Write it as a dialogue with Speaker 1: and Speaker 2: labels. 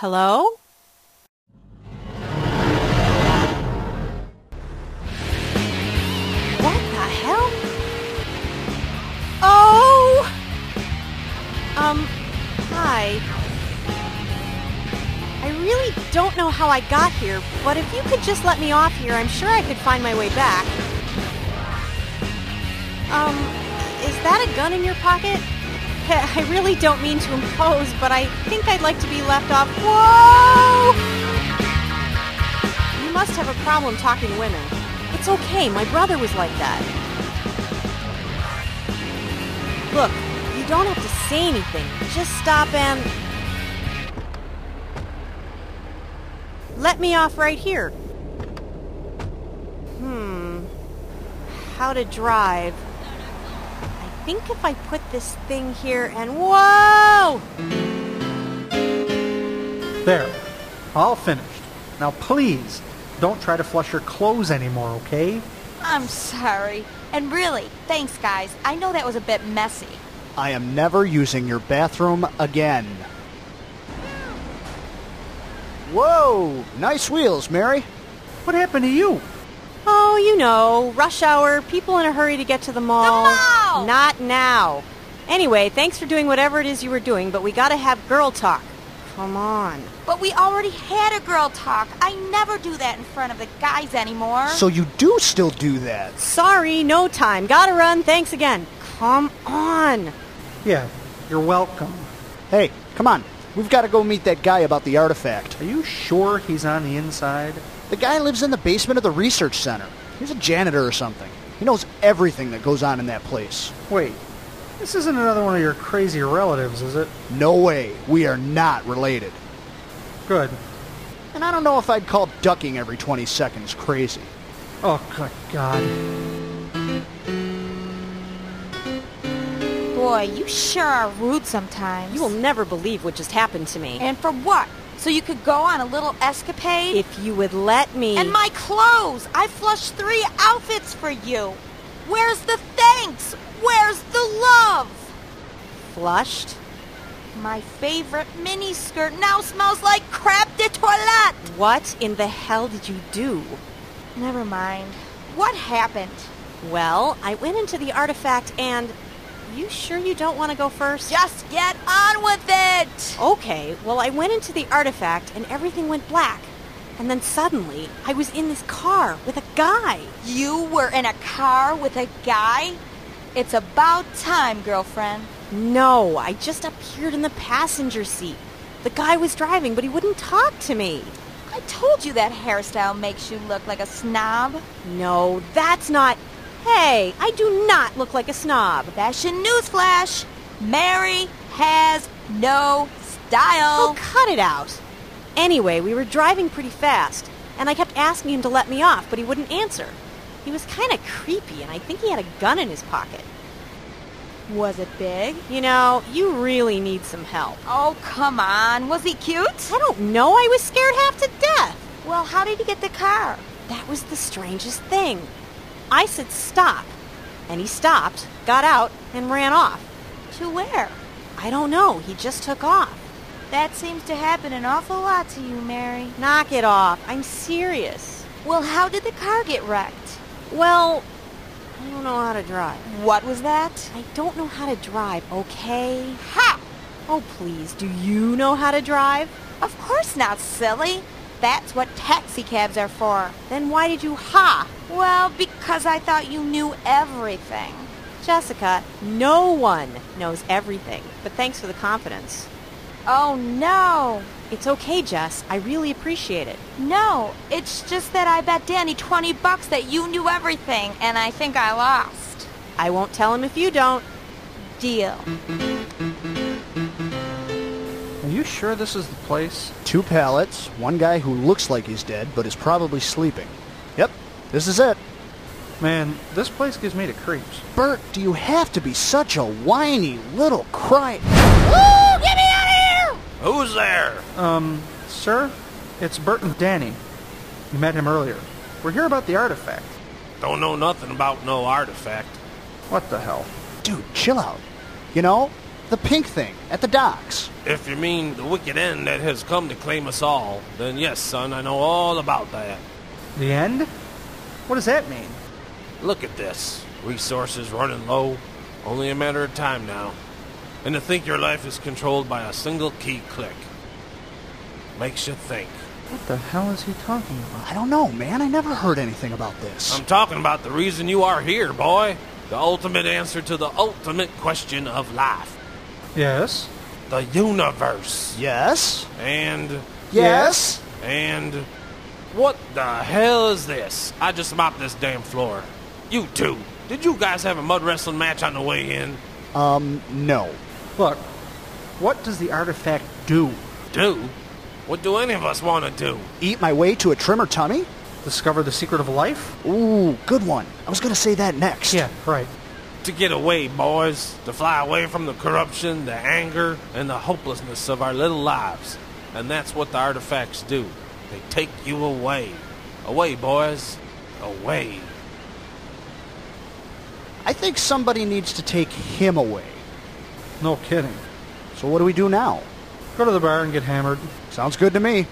Speaker 1: Hello? What the hell? Oh! Um, hi. I really don't know how I got here, but if you could just let me off here, I'm sure I could find my way back. Um, is that a gun in your pocket? I really don't mean to impose, but I think I'd like to be left off. Whoa! You must have a problem talking to women. It's okay, my brother was like that. Look, you don't have to say anything. Just stop and. Let me off right here. Hmm. How to drive. I think if I put this thing here and. Whoa!
Speaker 2: There. All finished. Now please, don't try to flush your clothes anymore, okay?
Speaker 3: I'm sorry. And really, thanks, guys. I know that was a bit messy.
Speaker 4: I am never using your bathroom again. Whoa! Nice wheels, Mary.
Speaker 2: What happened to you?
Speaker 1: Oh, you know, rush hour, people in a hurry to get to the mall.
Speaker 3: mall!
Speaker 1: Not now. Anyway, thanks for doing whatever it is you were doing, but we gotta have girl talk. Come on.
Speaker 3: But we already had a girl talk. I never do that in front of the guys anymore.
Speaker 4: So you do still do that.
Speaker 1: Sorry, no time. Gotta run. Thanks again. Come on.
Speaker 2: Yeah, you're welcome.
Speaker 4: Hey, come on. We've got to go meet that guy about the artifact.
Speaker 2: Are you sure he's on the inside?
Speaker 4: The guy lives in the basement of the research center. He's a janitor or something. He knows everything that goes on in that place.
Speaker 2: Wait, this isn't another one of your crazy relatives, is it?
Speaker 4: No way. We are not related.
Speaker 2: Good.
Speaker 4: And I don't know if I'd call ducking every 20 seconds crazy.
Speaker 2: Oh, good God.
Speaker 3: Boy, you sure are rude sometimes.
Speaker 1: You will never believe what just happened to me.
Speaker 3: And for what? So you could go on a little escapade?
Speaker 1: If you would let me.
Speaker 3: And my clothes! I flushed three outfits for you! Where's the thanks? Where's the love?
Speaker 1: flushed?
Speaker 3: My favorite mini skirt now smells like crap de toilette!
Speaker 1: What in the hell did you do?
Speaker 3: Never mind. What happened?
Speaker 1: Well, I went into the artifact and. You sure you don't want to go first?
Speaker 3: Just get on with it!
Speaker 1: Okay, well, I went into the artifact and everything went black. And then suddenly, I was in this car with a guy.
Speaker 3: You were in a car with a guy? It's about time, girlfriend.
Speaker 1: No, I just appeared in the passenger seat. The guy was driving, but he wouldn't talk to me.
Speaker 3: I told you that hairstyle makes you look like a snob.
Speaker 1: No, that's not. Hey, I do not look like a snob.
Speaker 3: Fashion newsflash! Mary has no style.
Speaker 1: Oh, cut it out. Anyway, we were driving pretty fast, and I kept asking him to let me off, but he wouldn't answer. He was kind of creepy, and I think he had a gun in his pocket.
Speaker 3: Was it big?
Speaker 1: You know, you really need some help.
Speaker 3: Oh, come on. Was he cute?
Speaker 1: I don't know, I was scared half to death.
Speaker 3: Well, how did he get the car?
Speaker 1: That was the strangest thing. I said stop, and he stopped, got out, and ran off.
Speaker 3: To where?
Speaker 1: I don't know, he just took off.
Speaker 3: That seems to happen an awful lot to you, Mary.
Speaker 1: Knock it off, I'm serious.
Speaker 3: Well, how did the car get wrecked?
Speaker 1: Well, I don't know how to drive.
Speaker 3: What was that?
Speaker 1: I don't know how to drive, okay?
Speaker 3: Ha!
Speaker 1: Oh, please, do you know how to drive?
Speaker 3: Of course not, silly. That's what taxi cabs are for.
Speaker 1: Then why did you ha?
Speaker 3: Well, because I thought you knew everything.
Speaker 1: Jessica, no one knows everything, but thanks for the confidence.
Speaker 3: Oh, no.
Speaker 1: It's okay, Jess. I really appreciate it.
Speaker 3: No, it's just that I bet Danny 20 bucks that you knew everything, and I think I lost.
Speaker 1: I won't tell him if you don't.
Speaker 3: Deal.
Speaker 5: Are you sure this is the place?
Speaker 4: Two pallets, one guy who looks like he's dead but is probably sleeping. Yep, this is it.
Speaker 5: Man, this place gives me the creeps.
Speaker 4: Bert, do you have to be such a whiny little cry?
Speaker 3: Ooh, get me out of here!
Speaker 6: Who's there?
Speaker 2: Um, sir, it's Bert and Danny. You met him earlier. We're here about the artifact.
Speaker 6: Don't know nothing about no artifact.
Speaker 2: What the hell?
Speaker 4: Dude, chill out. You know, The pink thing at the docks.
Speaker 6: If you mean the wicked end that has come to claim us all, then yes, son, I know all about that.
Speaker 2: The end? What does that mean?
Speaker 6: Look at this. Resources running low. Only a matter of time now. And to think your life is controlled by a single key click. Makes you think.
Speaker 5: What the hell is he talking about?
Speaker 4: I don't know, man. I never heard anything about this.
Speaker 6: I'm talking about the reason you are here, boy. The ultimate answer to the ultimate question of life.
Speaker 5: Yes?
Speaker 6: The universe.
Speaker 4: yes?
Speaker 6: And,
Speaker 4: Yes?
Speaker 6: and... What the hell is this? I just mopped this damn floor. You two, did you guys have a mud wrestling match on the way in?
Speaker 4: Um, no.
Speaker 2: Look, what does the artifact do?
Speaker 6: Do? What do any of us want to do?
Speaker 4: Eat my way to a trimmer tummy?
Speaker 2: Discover the secret of life?
Speaker 4: Ooh, good one. I was going to say that next.
Speaker 2: Yeah, right.
Speaker 6: To get away, boys. To fly away from the corruption, the anger, and the hopelessness of our little lives. And that's what the artifacts do. They take you away. Away, boys. Away.
Speaker 4: I think somebody needs to take him away.
Speaker 2: No kidding.
Speaker 4: So what do we do now?
Speaker 2: Go to the bar and get hammered.
Speaker 4: Sounds good to me.